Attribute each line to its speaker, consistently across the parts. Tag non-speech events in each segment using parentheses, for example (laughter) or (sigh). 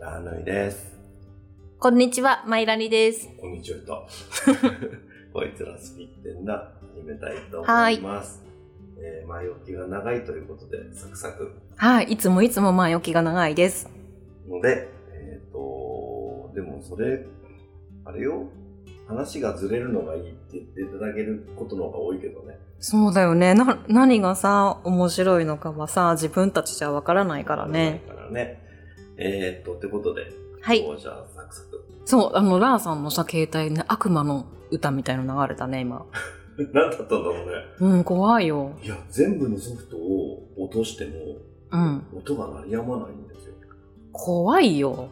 Speaker 1: ラーヌイです。
Speaker 2: こんにちは、マイラニです。
Speaker 1: こんにちは
Speaker 2: (laughs)
Speaker 1: と。こいつらスピってんな、始めたいと思います。えー前置きが長いということで、サクサク。
Speaker 2: はい、いつもいつも前置きが長いです。
Speaker 1: ので、えっ、と、でもそれ、あれよ。話がずれるのがいいって言っていただけることの方が多いけどね。
Speaker 2: そうだよね。な、何がさ、面白いのかはさ、自分たちじゃわからないからね。
Speaker 1: だからね。えっ、と、ってことで、
Speaker 2: はい。
Speaker 1: もうじゃあサクサク。 (laughs)
Speaker 2: そう、あの、ラーさんのさ、携帯ね、悪魔の歌みたいの流れたね、今。
Speaker 1: 何だったんだろうね。
Speaker 2: うん、怖いよ。
Speaker 1: いや、全部のソフトを落としても、
Speaker 2: うん。
Speaker 1: 音が鳴りやまないんですよ。
Speaker 2: 怖いよ。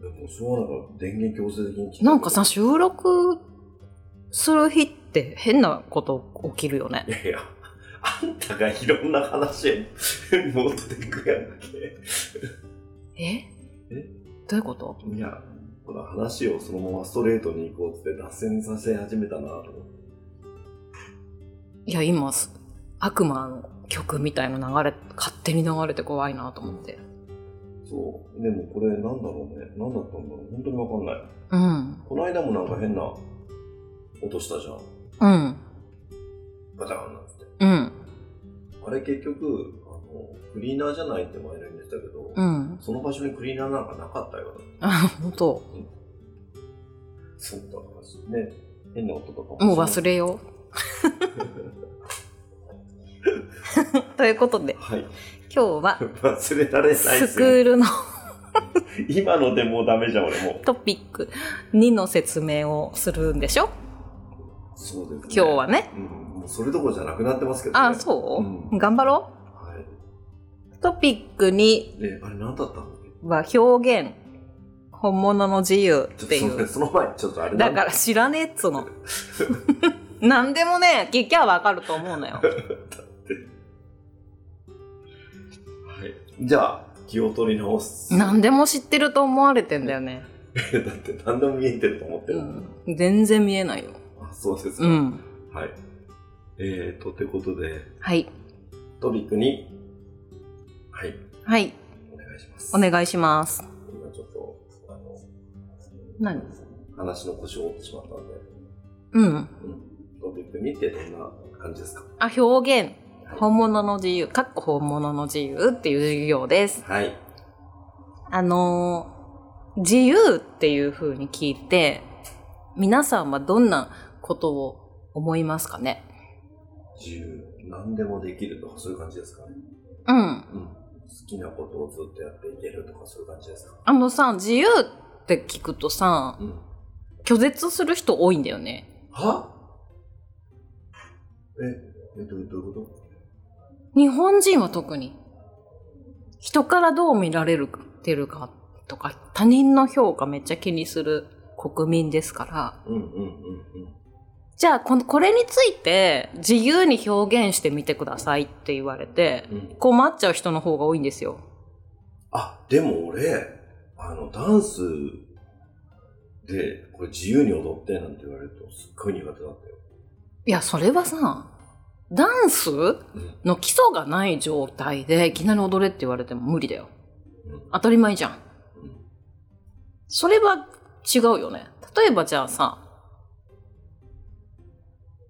Speaker 1: でも、しょうがなく電源強制的に切って
Speaker 2: なんかさ、、収録する日って変なこと起きるよね
Speaker 1: い。やいや、あんたがいろんな話へ持ってくやんけ。
Speaker 2: え
Speaker 1: え
Speaker 2: どういうこと
Speaker 1: いや、この話をそのままストレートに行こうって脱線させ始めたなと思って。
Speaker 2: いや、今、す悪魔の曲みたいの流れ、勝手に流れて怖いなと思って。
Speaker 1: そう。でもこれなんだろうね。なんだったんだろう。本当にわかんない。
Speaker 2: うん。
Speaker 1: この間もなんか変な音したじゃん。
Speaker 2: うん。
Speaker 1: ガチャンなんつって。
Speaker 2: うん。
Speaker 1: あれ結局、あの、クリーナーじゃないって前に言ってたけど、
Speaker 2: うん。
Speaker 1: その場所にクリーナーなんかなかったよ。
Speaker 2: あ、本当。
Speaker 1: そうだからね。変な音とか
Speaker 2: もう忘
Speaker 1: れ。
Speaker 2: れよう。ということで、
Speaker 1: はい。
Speaker 2: 今日は、
Speaker 1: 忘れられないで
Speaker 2: ス
Speaker 1: す
Speaker 2: ク
Speaker 1: よ
Speaker 2: ールの
Speaker 1: 今のでもうダメじゃん、俺もう。
Speaker 2: トピック2の説明をするんでしょ
Speaker 1: そうです、ね。
Speaker 2: 今日。はね。
Speaker 1: うん、もうそれどころじゃなくなってますけど、ね。
Speaker 2: あ、そううん頑張ろ
Speaker 1: は
Speaker 2: う。トピック2
Speaker 1: い。で、あれ何だったの
Speaker 2: は表現。本物の自由
Speaker 1: ち
Speaker 2: っ
Speaker 1: ょって
Speaker 2: い
Speaker 1: とそれ
Speaker 2: う。
Speaker 1: その前にちょっとあれ。
Speaker 2: だからら知らねえっつう (laughs) の。何でもね、聞きゃわかると思うの (laughs) よ。
Speaker 1: はい。じゃあ、気を取り直す。
Speaker 2: 何でも知ってると思われてんだよね。
Speaker 1: だって何でも見えてると思って
Speaker 2: う
Speaker 1: る。
Speaker 2: ん。全然見えないよ。
Speaker 1: あ、そうですか。
Speaker 2: うん。
Speaker 1: はい。えーと、ということで、
Speaker 2: はい。
Speaker 1: トリックに、はい、
Speaker 2: はい。
Speaker 1: お願いします。
Speaker 2: お願いします。
Speaker 1: 今ちょっと、あの、
Speaker 2: 何
Speaker 1: 話の腰を折ってしまったんで、
Speaker 2: うん。
Speaker 1: うん。トピックにってどんな感じですか
Speaker 2: あ、表現。
Speaker 1: はい。
Speaker 2: 本物の自由。かっこ本物の自由っていう授業です。
Speaker 1: はい。
Speaker 2: あのー自由っていう風に聞いて、皆さんはどんなことを思いますかね
Speaker 1: 自由。何でもできるとか、そういう感じですかね。
Speaker 2: うん。
Speaker 1: うん。好きなことをずっとやっていけるとか、そういう感じですか
Speaker 2: あのさ、自由って聞くとさ、
Speaker 1: うん。
Speaker 2: 拒絶する人多いんだよね。
Speaker 1: はえ、え、どうどういうこ
Speaker 2: 日本人は特に。人からどう見られるてるかとか、他人の評価めっちゃ気にする国民ですから。
Speaker 1: とうんうんうんうん。
Speaker 2: じゃあこの、これについて自由に表現してみてくださいって言われて、
Speaker 1: うん、
Speaker 2: 困っちゃう人の方が多いんですよ。
Speaker 1: あ、でも俺、あの、ダンスで、これ自由に踊ってなんて言われると、すっごい苦手だったよ。
Speaker 2: いや、それはさ、ダンス
Speaker 1: うん。
Speaker 2: の基礎がない状態でいきなり踊れって言われても無理だよ。
Speaker 1: うん
Speaker 2: 当たり前じゃん。
Speaker 1: うん
Speaker 2: それは違うよね。例えばじゃあさ、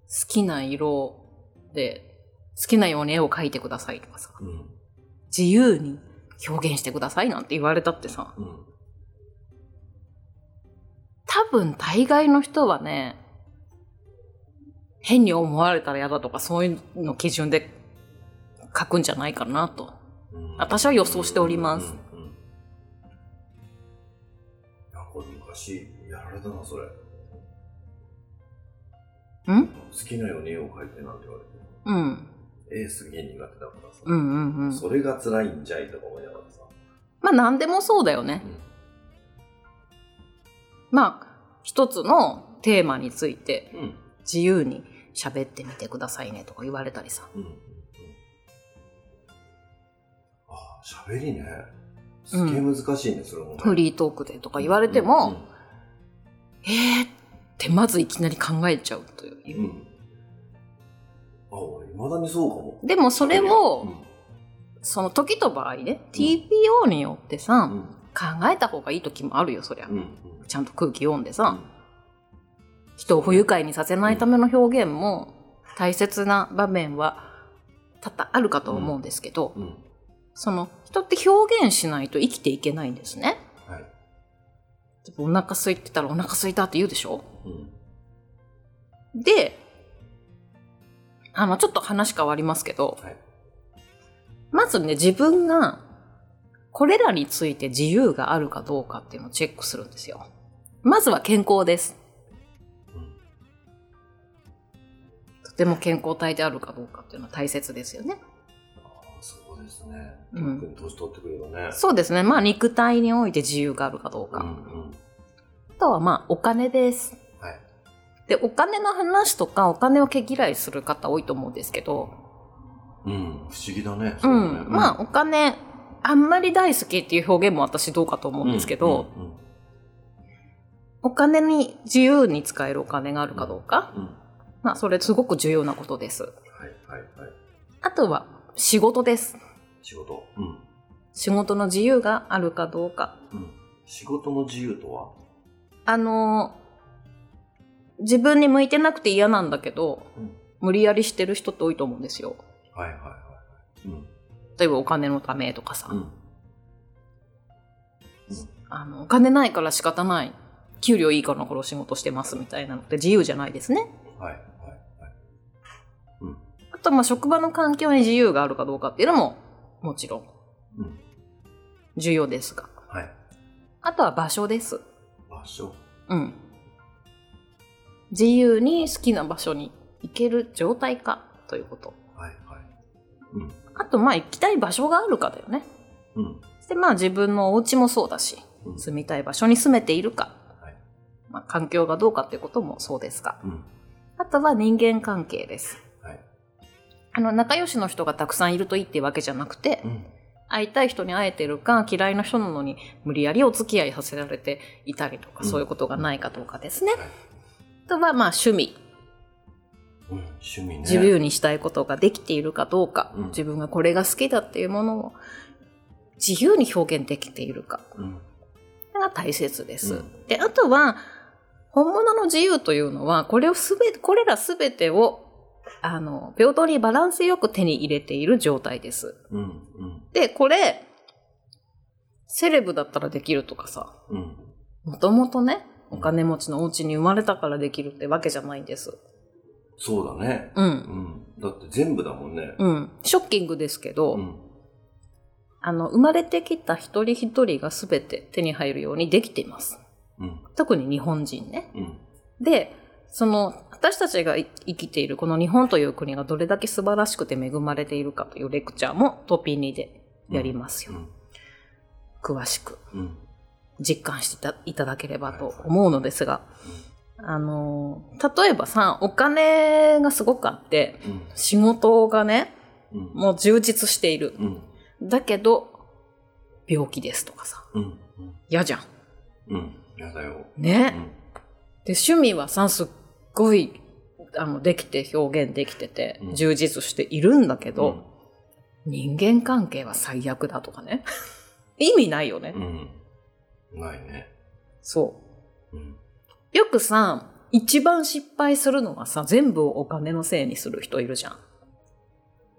Speaker 2: 好きな色で、好きなように絵を描いてくださいとかさ、
Speaker 1: うん。
Speaker 2: 自由に表現してくださいなんて言われたってさ、
Speaker 1: うん。
Speaker 2: 多分大概の人はね、変に思われたら嫌だとかそういうの基準で書くんじゃないかなと。
Speaker 1: うん
Speaker 2: 私は予想しております
Speaker 1: うんうんうんなんか昔やられたなそれ
Speaker 2: ん
Speaker 1: 好きなように絵を描いてなんて言われ
Speaker 2: うん。
Speaker 1: て絵すげえ苦手だからさ、
Speaker 2: うんうんうん。
Speaker 1: それが辛いんじゃいとか思いながらさ、
Speaker 2: まあ何でもそうだよね。まあ、一つのテーマについて
Speaker 1: うんうん
Speaker 2: 自由に喋ってみてくださいねとか言われたりさ。
Speaker 1: うんうんああ喋りねすげえ難しいね、それもね
Speaker 2: フリートークでとか言われても、えーってまずいきなり考えちゃうと
Speaker 1: う
Speaker 2: い
Speaker 1: ん
Speaker 2: う。
Speaker 1: うんうんあ俺いまだにそうかも
Speaker 2: でもそれを、
Speaker 1: うん
Speaker 2: その時と場合ね、TPO によってさ、
Speaker 1: うん
Speaker 2: 考えた方がいい時もあるよ、そりゃ。
Speaker 1: うんうん
Speaker 2: ちゃんと空気読んでさ、人を不愉快にさせないための表現も大切な場面は多々あるかと思うんですけど、
Speaker 1: うんうん
Speaker 2: その人って表現しないと生きていけないんですね。
Speaker 1: はい
Speaker 2: お腹空いてたらお腹空いたって言うでしょ
Speaker 1: うん
Speaker 2: で、あの、ちょっと話変わりますけど、
Speaker 1: はい
Speaker 2: まずね、自分が、これらについて自由があるかどうかっていうのをチェックするんですよ。まずは健康です。
Speaker 1: うん
Speaker 2: とても健康体であるかどうかっていうのは大切ですよね。
Speaker 1: あそうですね
Speaker 2: う
Speaker 1: 特
Speaker 2: ん
Speaker 1: に年取ってくればね
Speaker 2: そうですね。まあ、肉体において自由があるかどうか。
Speaker 1: うんうん
Speaker 2: あとは、まあ、お金です。
Speaker 1: はい
Speaker 2: で、お金の話とか、お金を毛嫌いする方多いと思うんですけど、
Speaker 1: うん不思議だね
Speaker 2: う
Speaker 1: そね
Speaker 2: ん、まあ、お金、あんまり大好きっていう表現も私どうかと思
Speaker 1: う
Speaker 2: うんですけど、
Speaker 1: うんうん
Speaker 2: お金に自由に使えるお金があるかどうか、
Speaker 1: うん
Speaker 2: まあ、それすごく重要なことです。
Speaker 1: はいはいはい
Speaker 2: あとは、仕事です。
Speaker 1: 仕事うん
Speaker 2: 仕事の自由があるかどうか。
Speaker 1: うん仕事の自由とは
Speaker 2: あのー自分に向いてなくて嫌なんだけど、
Speaker 1: うん
Speaker 2: 無理やりしてる人って多いと思うんですよ。
Speaker 1: はいはいはいうん
Speaker 2: 例えばお金のためとかさ、
Speaker 1: うん
Speaker 2: あの、お金ないから仕方ない。給料いいからこの仕事してますみたいなのって自由じゃないですね。
Speaker 1: はいはいはい
Speaker 2: あと、まあ、職場の環境に自由があるかどうかっていうのも、もちろん
Speaker 1: うん
Speaker 2: 重要ですが。
Speaker 1: はい
Speaker 2: あとは場所です。
Speaker 1: 場所
Speaker 2: うん。自由に好きな場所に行ける状態かということ。
Speaker 1: はいはいうん
Speaker 2: あと、まあ、行きたい場所があるかだよね。
Speaker 1: うん
Speaker 2: で、まあ、自分のお家もそうだし、
Speaker 1: うん
Speaker 2: 住みたい場所に住めているか、
Speaker 1: はい
Speaker 2: まあ、環境がどうかっていうこともそうですが。
Speaker 1: うん
Speaker 2: あとは人間関係です。
Speaker 1: はい
Speaker 2: あの、仲良しの人がたくさんいるといいっていうわけじゃなくて、
Speaker 1: うん
Speaker 2: 会いたい人に会えてるか、嫌いな人なのに無理やりお付き合いさせられていたりとか、
Speaker 1: うん
Speaker 2: そういうことがないかどうかですね。
Speaker 1: はい
Speaker 2: あとは、まあ、趣味。
Speaker 1: うん趣味ね
Speaker 2: 自由にしたいことができているかどうか、
Speaker 1: うん
Speaker 2: 自分がこれが好きだっていうものを自由に表現できているか
Speaker 1: うん
Speaker 2: が大切です。
Speaker 1: うん
Speaker 2: で、あとは、本物の自由というのは、これをすべて、これらすべてを、あの、平等にバランスよく手に入れている状態です。
Speaker 1: うんうん
Speaker 2: で、これ、セレブだったらできるとかさ、
Speaker 1: うん
Speaker 2: もともとね、お金持ちのお家に生まれたからできるってわけじゃないんです。
Speaker 1: そうだね
Speaker 2: う。
Speaker 1: うんんだって全部だもんね
Speaker 2: うん。ショッキングですけど、
Speaker 1: うん
Speaker 2: あの、生まれてきた一人一人が全て手に入るようにできています。
Speaker 1: うん
Speaker 2: 特に日本人ね。
Speaker 1: うん
Speaker 2: で、その、私たちがい生きているこの日本という国がどれだけ素晴らしくて恵まれているかというレクチャーもトピニでやります
Speaker 1: う
Speaker 2: よ。
Speaker 1: ん
Speaker 2: 詳しく
Speaker 1: うん
Speaker 2: 実感していたいただければと思うのですが、あのー、例えばさ、お金がすごくあって、
Speaker 1: うん
Speaker 2: 仕事がね、
Speaker 1: うん
Speaker 2: もう充実している。
Speaker 1: うん
Speaker 2: だけど、病気ですとかさ、
Speaker 1: うん
Speaker 2: 嫌じゃん。
Speaker 1: うんうんやだよ
Speaker 2: ね。
Speaker 1: うん
Speaker 2: で趣味はさすっごいあのできて表現できてて
Speaker 1: うん
Speaker 2: 充実しているんだけど、人間関係は最悪だとかね (laughs) 意味ないよね、
Speaker 1: うんうんないね
Speaker 2: そ
Speaker 1: うん
Speaker 2: うよくさ一番失敗するのはさ全部をお金のせいにする人いるじゃん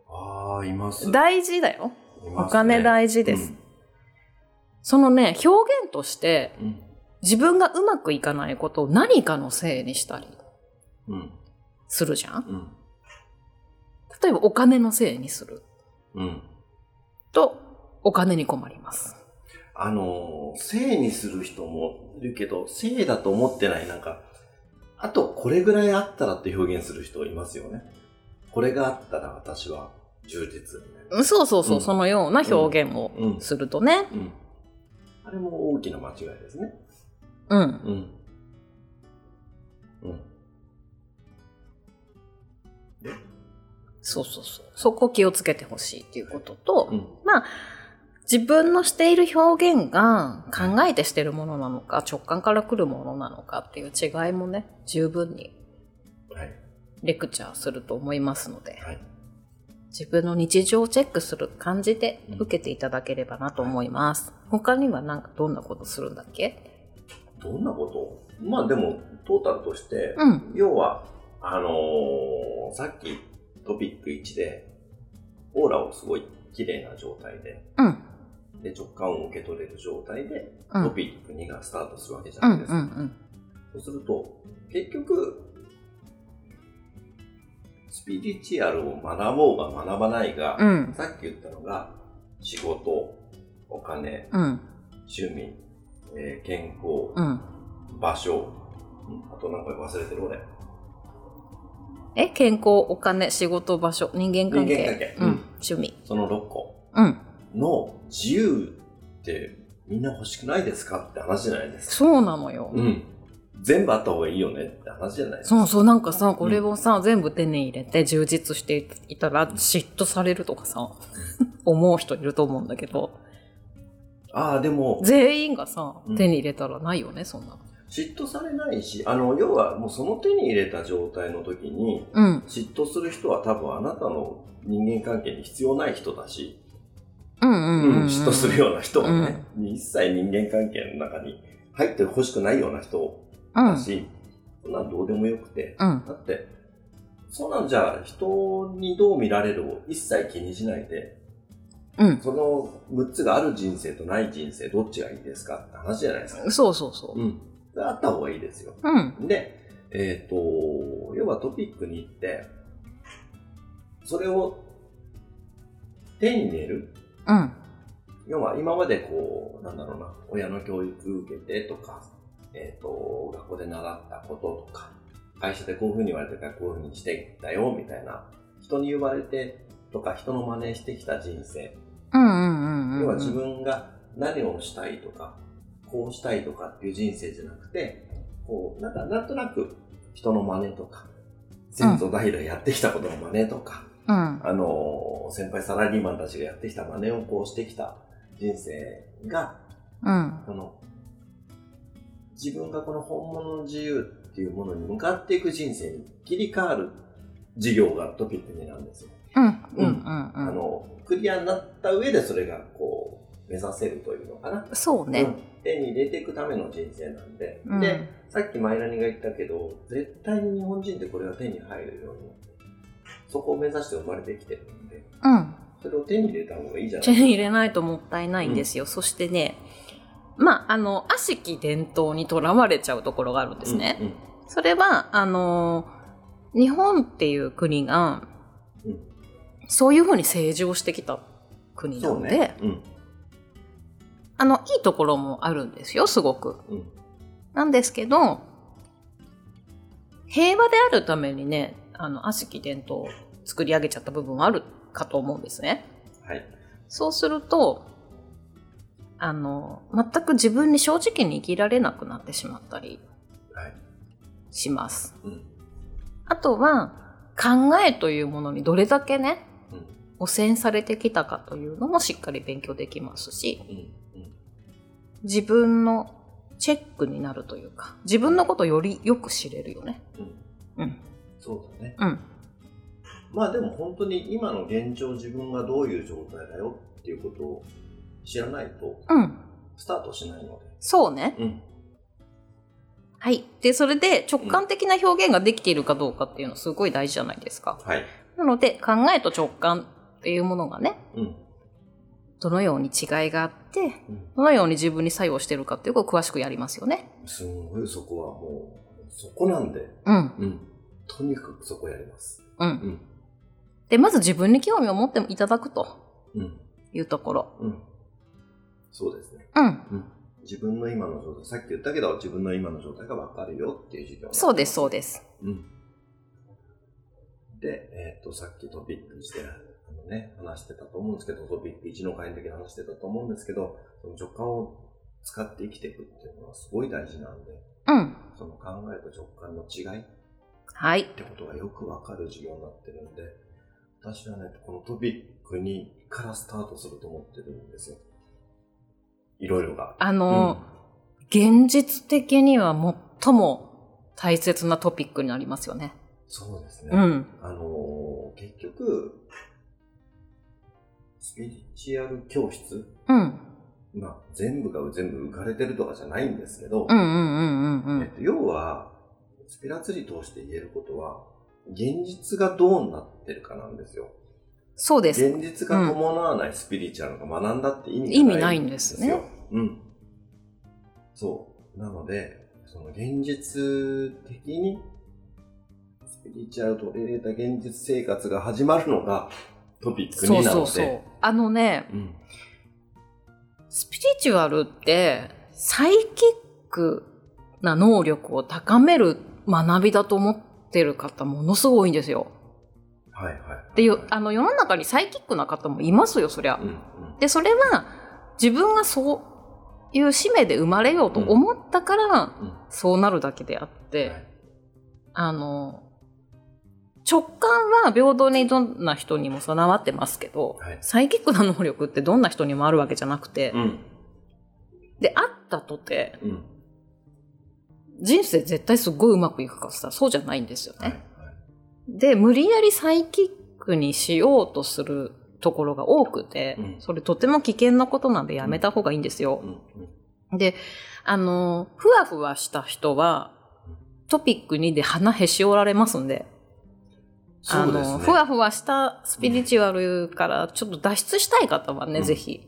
Speaker 1: ああいます
Speaker 2: 大事だよ
Speaker 1: いますね
Speaker 2: お金大事です、そのね表現として
Speaker 1: うん
Speaker 2: 自分がうまくいかないことを何かのせいにしたり
Speaker 1: うん
Speaker 2: するじゃん
Speaker 1: うん
Speaker 2: 例えばお金のせいにする
Speaker 1: うん
Speaker 2: とお金に困ります
Speaker 1: あのー、性にする人もいるけど、性だと思ってない、なんか、あとこれぐらいあったらって表現する人いますよね。これがあったら私は充実みたいな。
Speaker 2: そうそうそう、
Speaker 1: うん
Speaker 2: そのような表現を
Speaker 1: うん。
Speaker 2: するとね。
Speaker 1: うん。あれも大きな間違いですね。
Speaker 2: うん。
Speaker 1: うん。うん。
Speaker 2: そうそうそう。そこ気をつけてほしいっていうことと、
Speaker 1: うん。
Speaker 2: 自分のしている表現が考えてしてるものなのか、直感から来るものなのかっていう違いもね、十分に
Speaker 1: はい。
Speaker 2: レクチャーすると思いますので、
Speaker 1: はい。
Speaker 2: 自分の日常をチェックする感じで受けていただければなと思います。他にはなんかどんなことするんだっけ
Speaker 1: どんなことまあでも、トータルとして、
Speaker 2: うん。
Speaker 1: 要は、あのーさっきトピック1で、オーラをすごい綺麗な状態で、
Speaker 2: うん。
Speaker 1: で直感を受け取れる状態で、
Speaker 2: うん。
Speaker 1: トピック2がスタートするわけじゃ
Speaker 2: うん
Speaker 1: な
Speaker 2: う
Speaker 1: い
Speaker 2: ん
Speaker 1: です
Speaker 2: う
Speaker 1: か。
Speaker 2: ん。
Speaker 1: そうすると、結局、スピリチュアルを学ぼうが学ばないが、
Speaker 2: うん。
Speaker 1: さっき言ったのが、仕事、お金、
Speaker 2: うん。
Speaker 1: 趣味、えー健康、
Speaker 2: うん。
Speaker 1: 場所、うんあとなんか忘れてる俺。
Speaker 2: え、健康、お金、仕事、場所、人間関係。
Speaker 1: 人間関係
Speaker 2: うん
Speaker 1: うん。
Speaker 2: 趣味。
Speaker 1: その6個
Speaker 2: うん。
Speaker 1: の自由ってみんな欲しくないですかって話じゃないですか。
Speaker 2: そうなのよ。
Speaker 1: うん。全部あった方がいいよねって話じゃないですか。
Speaker 2: そうそう、なんかさ、これをさ、全部手に入れて充実していたら嫉妬されるとかさ、 (laughs) 思う人いると思うんだけど、
Speaker 1: ああ、でも、
Speaker 2: 全員がさ
Speaker 1: う、ん
Speaker 2: 手に入れたらないよね、そんな。
Speaker 1: 嫉妬されないし、あの、要はもうその手に入れた状態の時に、
Speaker 2: うん、
Speaker 1: 嫉妬する人は多分あなたの人間関係に必要ない人だし、
Speaker 2: うんうんうん、うん。
Speaker 1: 嫉妬するような人はね、一切人間関係の中に入ってほしくないような人
Speaker 2: うん。う
Speaker 1: だ
Speaker 2: ん。
Speaker 1: し、そんなんどうでもよくて、
Speaker 2: うん。
Speaker 1: だって、そんなんじゃ人にどう見られるを一切気にしないで、
Speaker 2: うん。
Speaker 1: その6つがある人生とない人生どっちがいいですかって話じゃないですか。
Speaker 2: そうそうそう。
Speaker 1: ん。あった方がいいですよ。
Speaker 2: うん。
Speaker 1: で、えっ、と、要はトピックに行って、それを手に入れる。
Speaker 2: うん。
Speaker 1: 要は今までこう、なんだろうな、親の教育受けてとか、えっ、と、学校で習ったこととか、会社でこういうふうに言われてからこういうふうにしてきたよ、みたいな、人に言われてとか、人の真似してきた人生。
Speaker 2: うんうんうんうん。
Speaker 1: 要は自分が何をしたいとか、こうしたいとかっていう人生じゃなくて、こう、なんかなんとなく人の真似とか、先祖代々やってきたことの真似とか、
Speaker 2: うん。
Speaker 1: あのー、先輩サラリーマンたちがやってきた真似をこうしてきた人生が、
Speaker 2: うん。
Speaker 1: この、自分がこの本物の自由っていうものに向かっていく人生に切り替わる授業がトピックになんですよ。
Speaker 2: うん。うん。
Speaker 1: あ
Speaker 2: うん。
Speaker 1: の、クリアになった上でそれがこう、目指せるというのかな。
Speaker 2: そう
Speaker 1: うん
Speaker 2: ね。
Speaker 1: 手に入れていくための人生なんで。
Speaker 2: うん。
Speaker 1: で、さっきマイラニが言ったけど、絶対に日本人ってこれが手に入るようになって、そこを目指して生まれてきてるんで、
Speaker 2: うん。
Speaker 1: それを手に入れた方がいいじゃない
Speaker 2: 手に入れないともったいないんですよ。そしてね、まあ、あの、悪しき伝統にとらわれちゃうところがあるんですね。。
Speaker 1: うんうん
Speaker 2: それは、あの、日本っていう国が、
Speaker 1: うん
Speaker 2: そういうふうに成長してきた国な
Speaker 1: そう
Speaker 2: ので、
Speaker 1: ね。うん。
Speaker 2: あの、いいところもあるんですよ、すごく。
Speaker 1: うん。
Speaker 2: なんですけど、平和であるためにね、あの、悪しき伝統を作り上げちゃった部分はあるかと思うんですね。
Speaker 1: はい。
Speaker 2: そうすると、あの、全く自分に正直に生きられなくなってしまったり
Speaker 1: はい。
Speaker 2: します。
Speaker 1: うん。
Speaker 2: あとは、考えというものにどれだけね、
Speaker 1: うん
Speaker 2: 汚染されてきたかというのもしっかり勉強できますし、
Speaker 1: うん。うん。
Speaker 2: 自分のチェックになるというか、自分のことをよりよく知れるよね。
Speaker 1: そうだね。
Speaker 2: うん。
Speaker 1: まあでも本当に今の現状自分がどういう状態だよっていうことを知らないと
Speaker 2: うん。
Speaker 1: スタートしないの
Speaker 2: そうね。
Speaker 1: で。うん。
Speaker 2: はい。で、それで直感的な表現ができているかどうかっていうのはすごい大事じゃないですか。
Speaker 1: はい。
Speaker 2: なので、考えと直感っていうものがね、
Speaker 1: うん。
Speaker 2: どのように違いがあって、
Speaker 1: うん。
Speaker 2: どのように自分に作用してるかっていうことを詳しくやりますよね。
Speaker 1: すんごいそこはもう、そこなんで。
Speaker 2: うん。
Speaker 1: うん。とにかくそこやります。
Speaker 2: うん。
Speaker 1: うん。
Speaker 2: で、まず自分に興味を持っていただくと
Speaker 1: うん。
Speaker 2: いうところ。
Speaker 1: うん。そうですね。
Speaker 2: うん。
Speaker 1: 自分の今の状態、さっき言ったけど、自分の今の状態がわかるよっていう授業。
Speaker 2: そうです、そうです。
Speaker 1: うん。で、えっ、と、さっきトピック1で、あのね、話してたと思うんですけど、トピック1の回の時に話してたと思うんですけど、その直感を使って生きていくっていうのはすごい大事なんで、
Speaker 2: うん。
Speaker 1: その考えと直感の違いっ
Speaker 2: はい。
Speaker 1: てことがよくわかる授業になってるんで、私はね、このトピック2からスタートすると思ってるんですよ。いろいろが。
Speaker 2: あ
Speaker 1: う
Speaker 2: の、現実的には最も大切なトピックになりますよね。
Speaker 1: そうですね。
Speaker 2: うん。
Speaker 1: あのー結局、スピリチュアル教室
Speaker 2: うん。
Speaker 1: まあ、全部が全部浮かれてるとかじゃないんですけど、
Speaker 2: うんうんうんうんう
Speaker 1: えっ
Speaker 2: ん。
Speaker 1: と、要は、スピラツリー通して言えることは、現実がどうなってるかなんですよ。
Speaker 2: そうです。
Speaker 1: 現実が伴わないスピリチュアルが学んだって意味が
Speaker 2: 意味ないんですね
Speaker 1: よ。うん。そう。なので、その現実的に、スピリチュアルと入れた現実生活が始まるのがトピックに
Speaker 2: そう
Speaker 1: な
Speaker 2: そ
Speaker 1: の
Speaker 2: う
Speaker 1: で。
Speaker 2: そう。あのね、
Speaker 1: うん。
Speaker 2: スピリチュアルって、サイキックな能力を高める学びだと思ってる方ものすごい多いんですよ。
Speaker 1: はいはいはい。
Speaker 2: で、よあの世の中にサイキックな方もいますよ、そりゃ。
Speaker 1: うんうん。
Speaker 2: で、それは自分がそういう使命で生まれようと思ったから、
Speaker 1: うん。
Speaker 2: そうなるだけであって、
Speaker 1: はい
Speaker 2: あの、直感は平等にどんな人にも備わってますけど、
Speaker 1: はい
Speaker 2: サイキックな能力ってどんな人にもあるわけじゃなくて、
Speaker 1: うん。
Speaker 2: で、あったとて、
Speaker 1: うん。
Speaker 2: 人生絶対すっごいうまくいくかって言ったらそうじゃないんですよね。
Speaker 1: はいはい。
Speaker 2: で、無理やりサイキックにしようとするところが多くて、
Speaker 1: うん
Speaker 2: それとても危険なことなんでやめた方がいいんですよ
Speaker 1: う。んうん。
Speaker 2: で、あの、ふわふわした人は、トピック2で鼻へし折られますんで、あ
Speaker 1: そうです
Speaker 2: の、
Speaker 1: ね。
Speaker 2: ふわふわしたスピリチュアルからちょっと脱出したい方はね、
Speaker 1: うん
Speaker 2: ぜひ、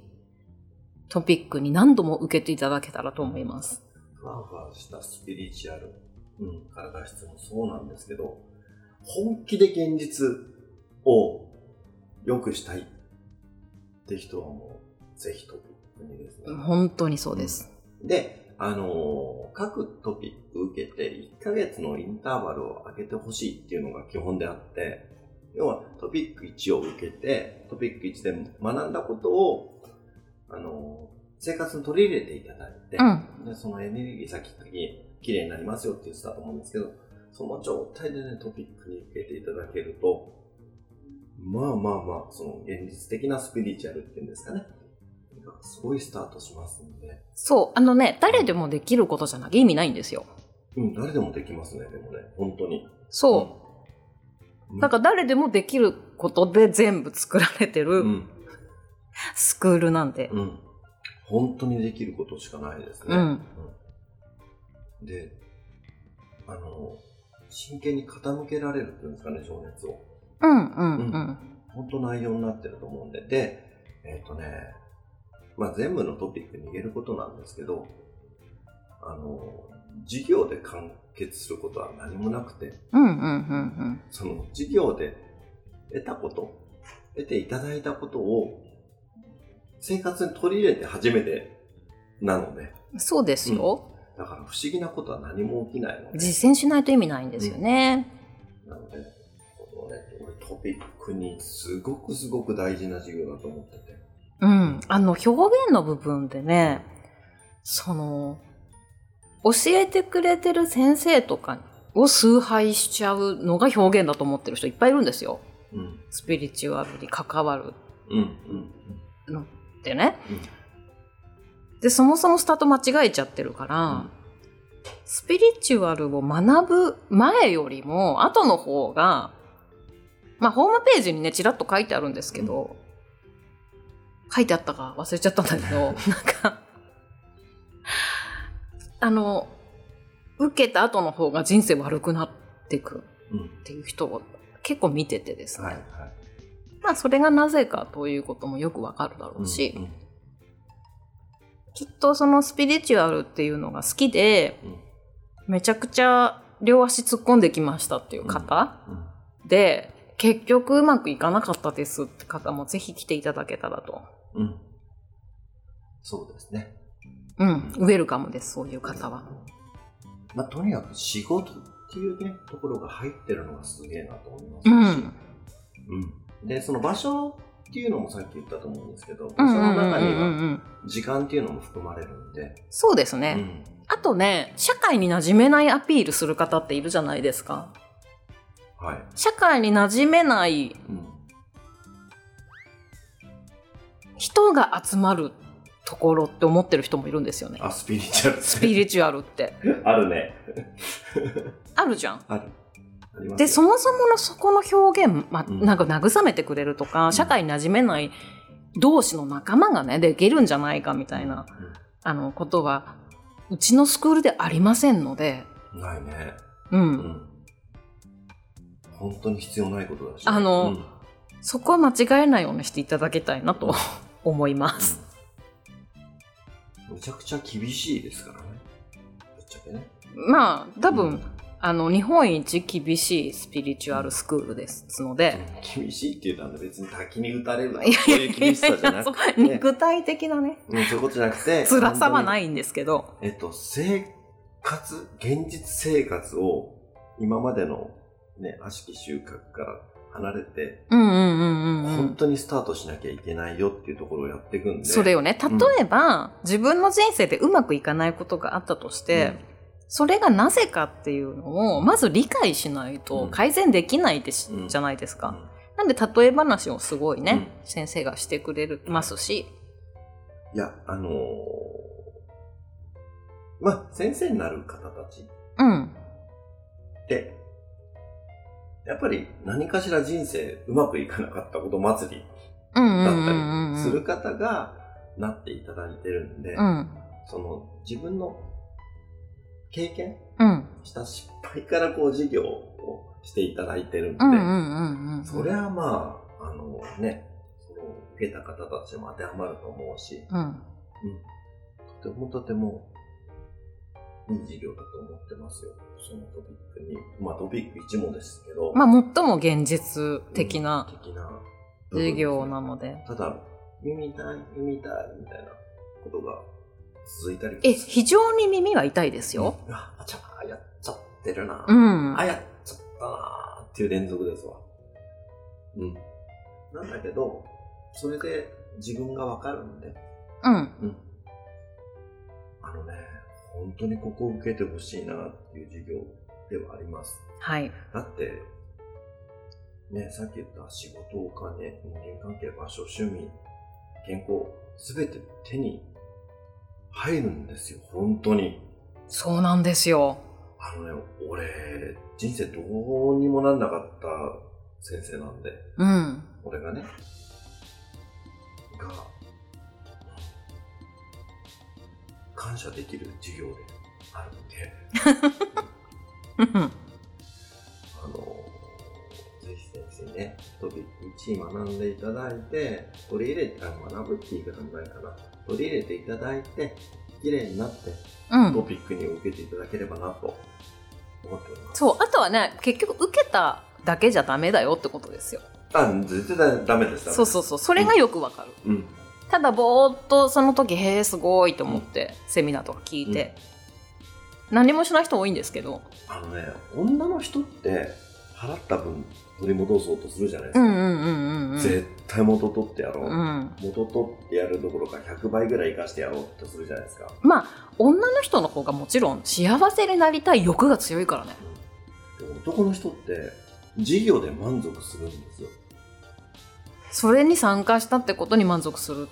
Speaker 2: トピックに何度も受けていただけたらと思います。
Speaker 1: ふわふわしたスピリチュアル、うん、体質もそうなんですけど、本気で現実を良くしたいって人はもう、ぜひトピックにですね。
Speaker 2: 本当にそうです。
Speaker 1: で、あのー各トピック受けて1ヶ月のインターバルを上げてほしいっていうのが基本であって、要はトピック1を受けて、トピック1で学んだことを、あのー生活に取り入れていただいて、
Speaker 2: うん。
Speaker 1: で、そのエネルギー先に綺麗になりますよって言ってたと思うんですけど、その状態でね、トピックに受けていただけると、まあまあまあ、その現実的なスピリチュアルっていうんですかね。すごいスタートしますんで。
Speaker 2: そう。あのね、誰でもできることじゃなきゃ意味ないんですよ。
Speaker 1: うん、誰でもできますね、でもね、本当に。
Speaker 2: そう。
Speaker 1: うん。
Speaker 2: だから誰でもできることで全部作られて
Speaker 1: う
Speaker 2: る
Speaker 1: ん、
Speaker 2: スクールなんで。
Speaker 1: うん。本当にできることしかないですね。
Speaker 2: うん
Speaker 1: うんで、あの、真剣に傾けられるっていうんですかね、情熱を。
Speaker 2: うんうん
Speaker 1: う
Speaker 2: うん。
Speaker 1: 本当内容になってると思うんで、で、えっ、とね、まあ、全部のトピックに言えることなんですけど、あの、授業で完結することは何もなくて、
Speaker 2: うんうんうん
Speaker 1: その授業で得たこと、得ていただいたことを生活に取り入れて初めてなので、
Speaker 2: うん。そうですよ。
Speaker 1: だから不思議なことは何も起きないので、
Speaker 2: 実践しないと意味ないんですよね。
Speaker 1: なので、このね、俺トピックにすごくすごく大事な授業だと思ってて。
Speaker 2: うん。あの、表現の部分でね、その、教えてくれてる先生とかを崇拝しちゃうのが表現だと思ってる人いっぱいいるんですよ。
Speaker 1: うん、
Speaker 2: スピリチュアルに関わる
Speaker 1: うん、うん。
Speaker 2: ってね。
Speaker 1: うん
Speaker 2: で、そもそもスタート間違えちゃってるから、スピリチュアルを学ぶ前よりも後の方が、まあホームページにね、ちらっと書いてあるんですけど、書いてあったか忘れちゃったんだけ
Speaker 1: (laughs)
Speaker 2: ど、なんか、あの、受けた後の方が人生悪くなってく
Speaker 1: うん、
Speaker 2: っていう人を結構見ててですね。
Speaker 1: はい、はい。
Speaker 2: まあそれがなぜかということもよくわかるだろ
Speaker 1: うん
Speaker 2: うし、
Speaker 1: うん
Speaker 2: きっとそのスピリチュアルっていうのが好きで、
Speaker 1: うん
Speaker 2: めちゃくちゃ両足突っ込んできましたっていう方、
Speaker 1: うん
Speaker 2: で結局うまくいかなかったですって方もぜひ来ていただけたらと、
Speaker 1: うん。そうですね。
Speaker 2: うん、ウェルカムですそういう方は
Speaker 1: まあ、とにかく仕事っていうね、ところが入ってるのがすげえなと思いますし、
Speaker 2: うん
Speaker 1: うんで、その場所っていうのもさっき言ったと思うんですけど、場
Speaker 2: うんう
Speaker 1: 所
Speaker 2: んうん
Speaker 1: の
Speaker 2: う
Speaker 1: 中に
Speaker 2: ん
Speaker 1: は
Speaker 2: うん
Speaker 1: 時間っていうのも含まれるんで、
Speaker 2: そうです
Speaker 1: う
Speaker 2: ね、
Speaker 1: ん
Speaker 2: あとね社会に馴染めないアピールする方っているじゃないですか
Speaker 1: はい。
Speaker 2: 社会に馴染めない
Speaker 1: うん
Speaker 2: 人が集まるところって思ってる人もいるんですよね
Speaker 1: あ、スピリチュアル
Speaker 2: スピリチュアルって
Speaker 1: あるね。
Speaker 2: あるじゃん
Speaker 1: ある。あります
Speaker 2: でそもそものそこの表現、ま、
Speaker 1: うん
Speaker 2: なんか慰めてくれるとか、
Speaker 1: ん
Speaker 2: 社会に馴染めない同士の仲間がね、できるんじゃないかみたいな、あの、ことは、うちのスクールでありませんので、
Speaker 1: うんないね。
Speaker 2: う。
Speaker 1: うんん。本当に必要ないことだし。
Speaker 2: あの
Speaker 1: うん
Speaker 2: そこは間違えないようにしていただきたいなと (laughs) 思います。
Speaker 1: むちゃくちゃ厳しいですからね。ぶっちゃけね。
Speaker 2: まあ、多分、
Speaker 1: うん
Speaker 2: あの、日本一厳しいスピリチュアルスクールですので、
Speaker 1: 厳しいって言ったんで別に滝に打たれるとか
Speaker 2: いや
Speaker 1: そういう厳しさじゃな
Speaker 2: そう
Speaker 1: くて、
Speaker 2: 具体的なね、
Speaker 1: うんそういうことじゃなく
Speaker 2: (laughs)
Speaker 1: て、。
Speaker 2: 辛さはないいんですけど、
Speaker 1: えっと、生活、現実生活を今までのね、悪しき収穫から離れて、
Speaker 2: うんうんうんうんう
Speaker 1: 本
Speaker 2: ん。
Speaker 1: 当にスタートしなきゃいけないよっていうところをやっていくんで。
Speaker 2: それ
Speaker 1: を
Speaker 2: をね、例えば、自分の人生でうまくいかないことがあったとして、それがなぜかっていうのを、まず理解しないと
Speaker 1: うん
Speaker 2: 改善できないでし、
Speaker 1: うん
Speaker 2: じゃないですか。なんで、例え話をすごいね、先生がしてくれるますし、
Speaker 1: いや、あのーまあ、先生になる方たち
Speaker 2: うん。
Speaker 1: って、やっぱり何かしら人生うまくいかなかったこと祭り
Speaker 2: うんう
Speaker 1: だ
Speaker 2: んうん
Speaker 1: った
Speaker 2: うんう
Speaker 1: り
Speaker 2: ん。
Speaker 1: する方がなっていただいてるんで、
Speaker 2: うん。
Speaker 1: その自分の経験
Speaker 2: うん。
Speaker 1: した失敗からこう事業をしていただいてるんで、
Speaker 2: うんうんうんうん。
Speaker 1: それはまあ、あのね、その受けた方たちも当てはまると思うし、
Speaker 2: うん。
Speaker 1: とてもとてもいい事業だと思ってますよ。そのトピックに。まあトピック1もですけど。
Speaker 2: まあ、最も現実的な
Speaker 1: うん的な部分
Speaker 2: 授業なので。
Speaker 1: ただ、耳痛い、耳痛いみたいなことが続いたり
Speaker 2: え、非常に耳は痛いですよ。
Speaker 1: うんあ、あちゃあ、やっちゃってるな。
Speaker 2: うん。
Speaker 1: あ、やっちゃったなっていう連続ですわ。うん。なんだけど、それで自分がわかるんで。
Speaker 2: うん。
Speaker 1: うん。あのね、本当にここを受けてほしいなっていう授業ではあります。
Speaker 2: はい。
Speaker 1: だって、ね、さっき言った仕事、お金、人間関係、場所、趣味、健康、すべて手に入るんですよ、本当に。
Speaker 2: そうなんですよ。
Speaker 1: あのね、俺、人生どうにもなんなかった先生なんで、
Speaker 2: うん。
Speaker 1: 俺がね、が、感謝できる授業であるんで、
Speaker 2: うん
Speaker 1: あの、ぜひ先生にね、トピック1学んでいただいて、取り入れて、あ学ぶって言い方もないかな、取り入れていただいて、綺麗になって、
Speaker 2: うん。
Speaker 1: トピックに受けていただければなと思っております。
Speaker 2: そう、あとはね、結局受けただけじゃダメだよってことですよ。
Speaker 1: あ、絶対ダメです、ダメです
Speaker 2: そうそうそう、それがよくわかる。
Speaker 1: うん。
Speaker 2: ただぼーっとその時、へえ、すごいと思って、セミナーとか聞いて、何もしない人多いんですけど、
Speaker 1: あのね、女の人って、払った分取り戻そうとするじゃないです
Speaker 2: う
Speaker 1: か。
Speaker 2: んうんうんうんうん。
Speaker 1: 絶対元取ってやろう。
Speaker 2: うん、
Speaker 1: 元取ってやるどころか100倍ぐらい生かしてやろうとするじゃないですか。
Speaker 2: まあ女の人の方がもちろん幸せになりたい欲が強いからね
Speaker 1: でも男の人って、事業で満足するんですよ。
Speaker 2: それに参加したってことに満足する、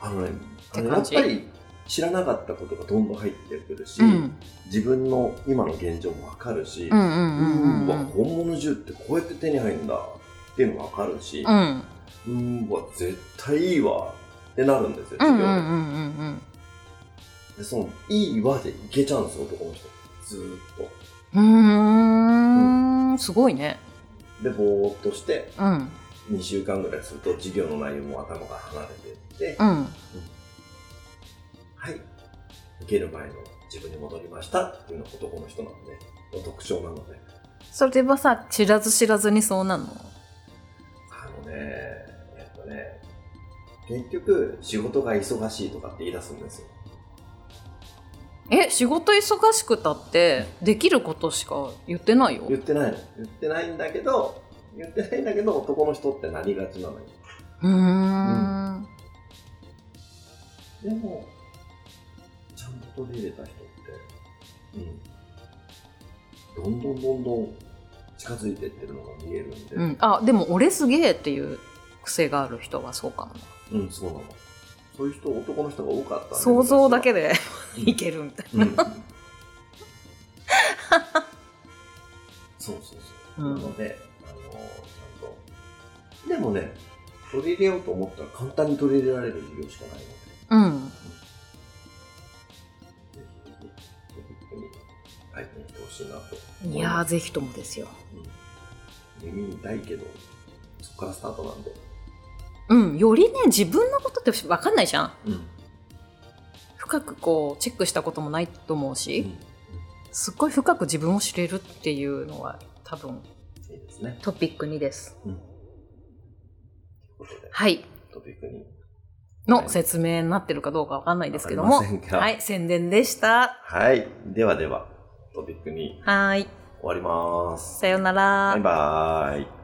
Speaker 1: あのね、あ
Speaker 2: って
Speaker 1: のや
Speaker 2: 感
Speaker 1: っ
Speaker 2: じ
Speaker 1: ぱり知らなかったことがどんどん入ってくるし、
Speaker 2: うん、
Speaker 1: 自分の今の現状もわかるし、
Speaker 2: うんうん
Speaker 1: う
Speaker 2: うん
Speaker 1: ん
Speaker 2: う
Speaker 1: わ、
Speaker 2: ん
Speaker 1: 本物銃ってこうやって手に入るんだっていうのがわかるし、
Speaker 2: うん
Speaker 1: うんわ絶対いいわってなるんですよ
Speaker 2: う
Speaker 1: 授
Speaker 2: ん
Speaker 1: 業
Speaker 2: う
Speaker 1: で,、
Speaker 2: んうんうんうん
Speaker 1: でそのいいわでいけちゃうんですよ男の人ずーっと
Speaker 2: うーんすごいね。
Speaker 1: でぼーっとして
Speaker 2: うん。
Speaker 1: 2週間ぐらいすると授業の内容も頭から離れていって、
Speaker 2: うん。
Speaker 1: はい受ける前の自分に戻りましたっていうのが男の人なのでの特徴なので
Speaker 2: それはさ、知らず知らずにそうなの
Speaker 1: あのねえっとね結局仕事が忙しいとかって言い出すんですよ
Speaker 2: え、仕事忙しくたって、できることしか言ってないよ。
Speaker 1: 言ってないの言ってないんだけど言ってないんだけど男の人ってなりがちなのよ
Speaker 2: うーん。
Speaker 1: でもちゃんと取り入れた人って、うん、どんどんどんどん近づいてってるのが見えるんで
Speaker 2: うん。あ、でも俺すげえっていう癖がある人はそうかもね。
Speaker 1: うん、そうなのそういう人男の人が多かったんで
Speaker 2: 想像だけで
Speaker 1: 昔はい
Speaker 2: けるみたい
Speaker 1: うん
Speaker 2: (laughs)
Speaker 1: そうそうそう、
Speaker 2: うん
Speaker 1: なのであのちゃんとでもね取り入れようと思ったら簡単に取り入れられる授業しかないので
Speaker 2: うん。
Speaker 1: ぜひぜひ取り入ってみてほしいなと思
Speaker 2: い
Speaker 1: い
Speaker 2: や
Speaker 1: ま
Speaker 2: ー、
Speaker 1: す
Speaker 2: ぜひともですよ。
Speaker 1: うん耳痛いけどそこからスタートなんで、
Speaker 2: うん。よりね、自分のことって分かんないじゃん。
Speaker 1: うん
Speaker 2: 深くこう、チェックしたこともないと思うし、すっごい深く自分を知れるっていうのは、多分、
Speaker 1: いいですね
Speaker 2: トピック2です。
Speaker 1: うんということで
Speaker 2: はい。
Speaker 1: トピックに
Speaker 2: の説明になってるかどうか分かんないですけども。
Speaker 1: わかりませんが
Speaker 2: はい、宣伝でした。
Speaker 1: はい。ではでは、トピックに
Speaker 2: はーい。
Speaker 1: 終わります。
Speaker 2: さようなら。
Speaker 1: バイバーイ。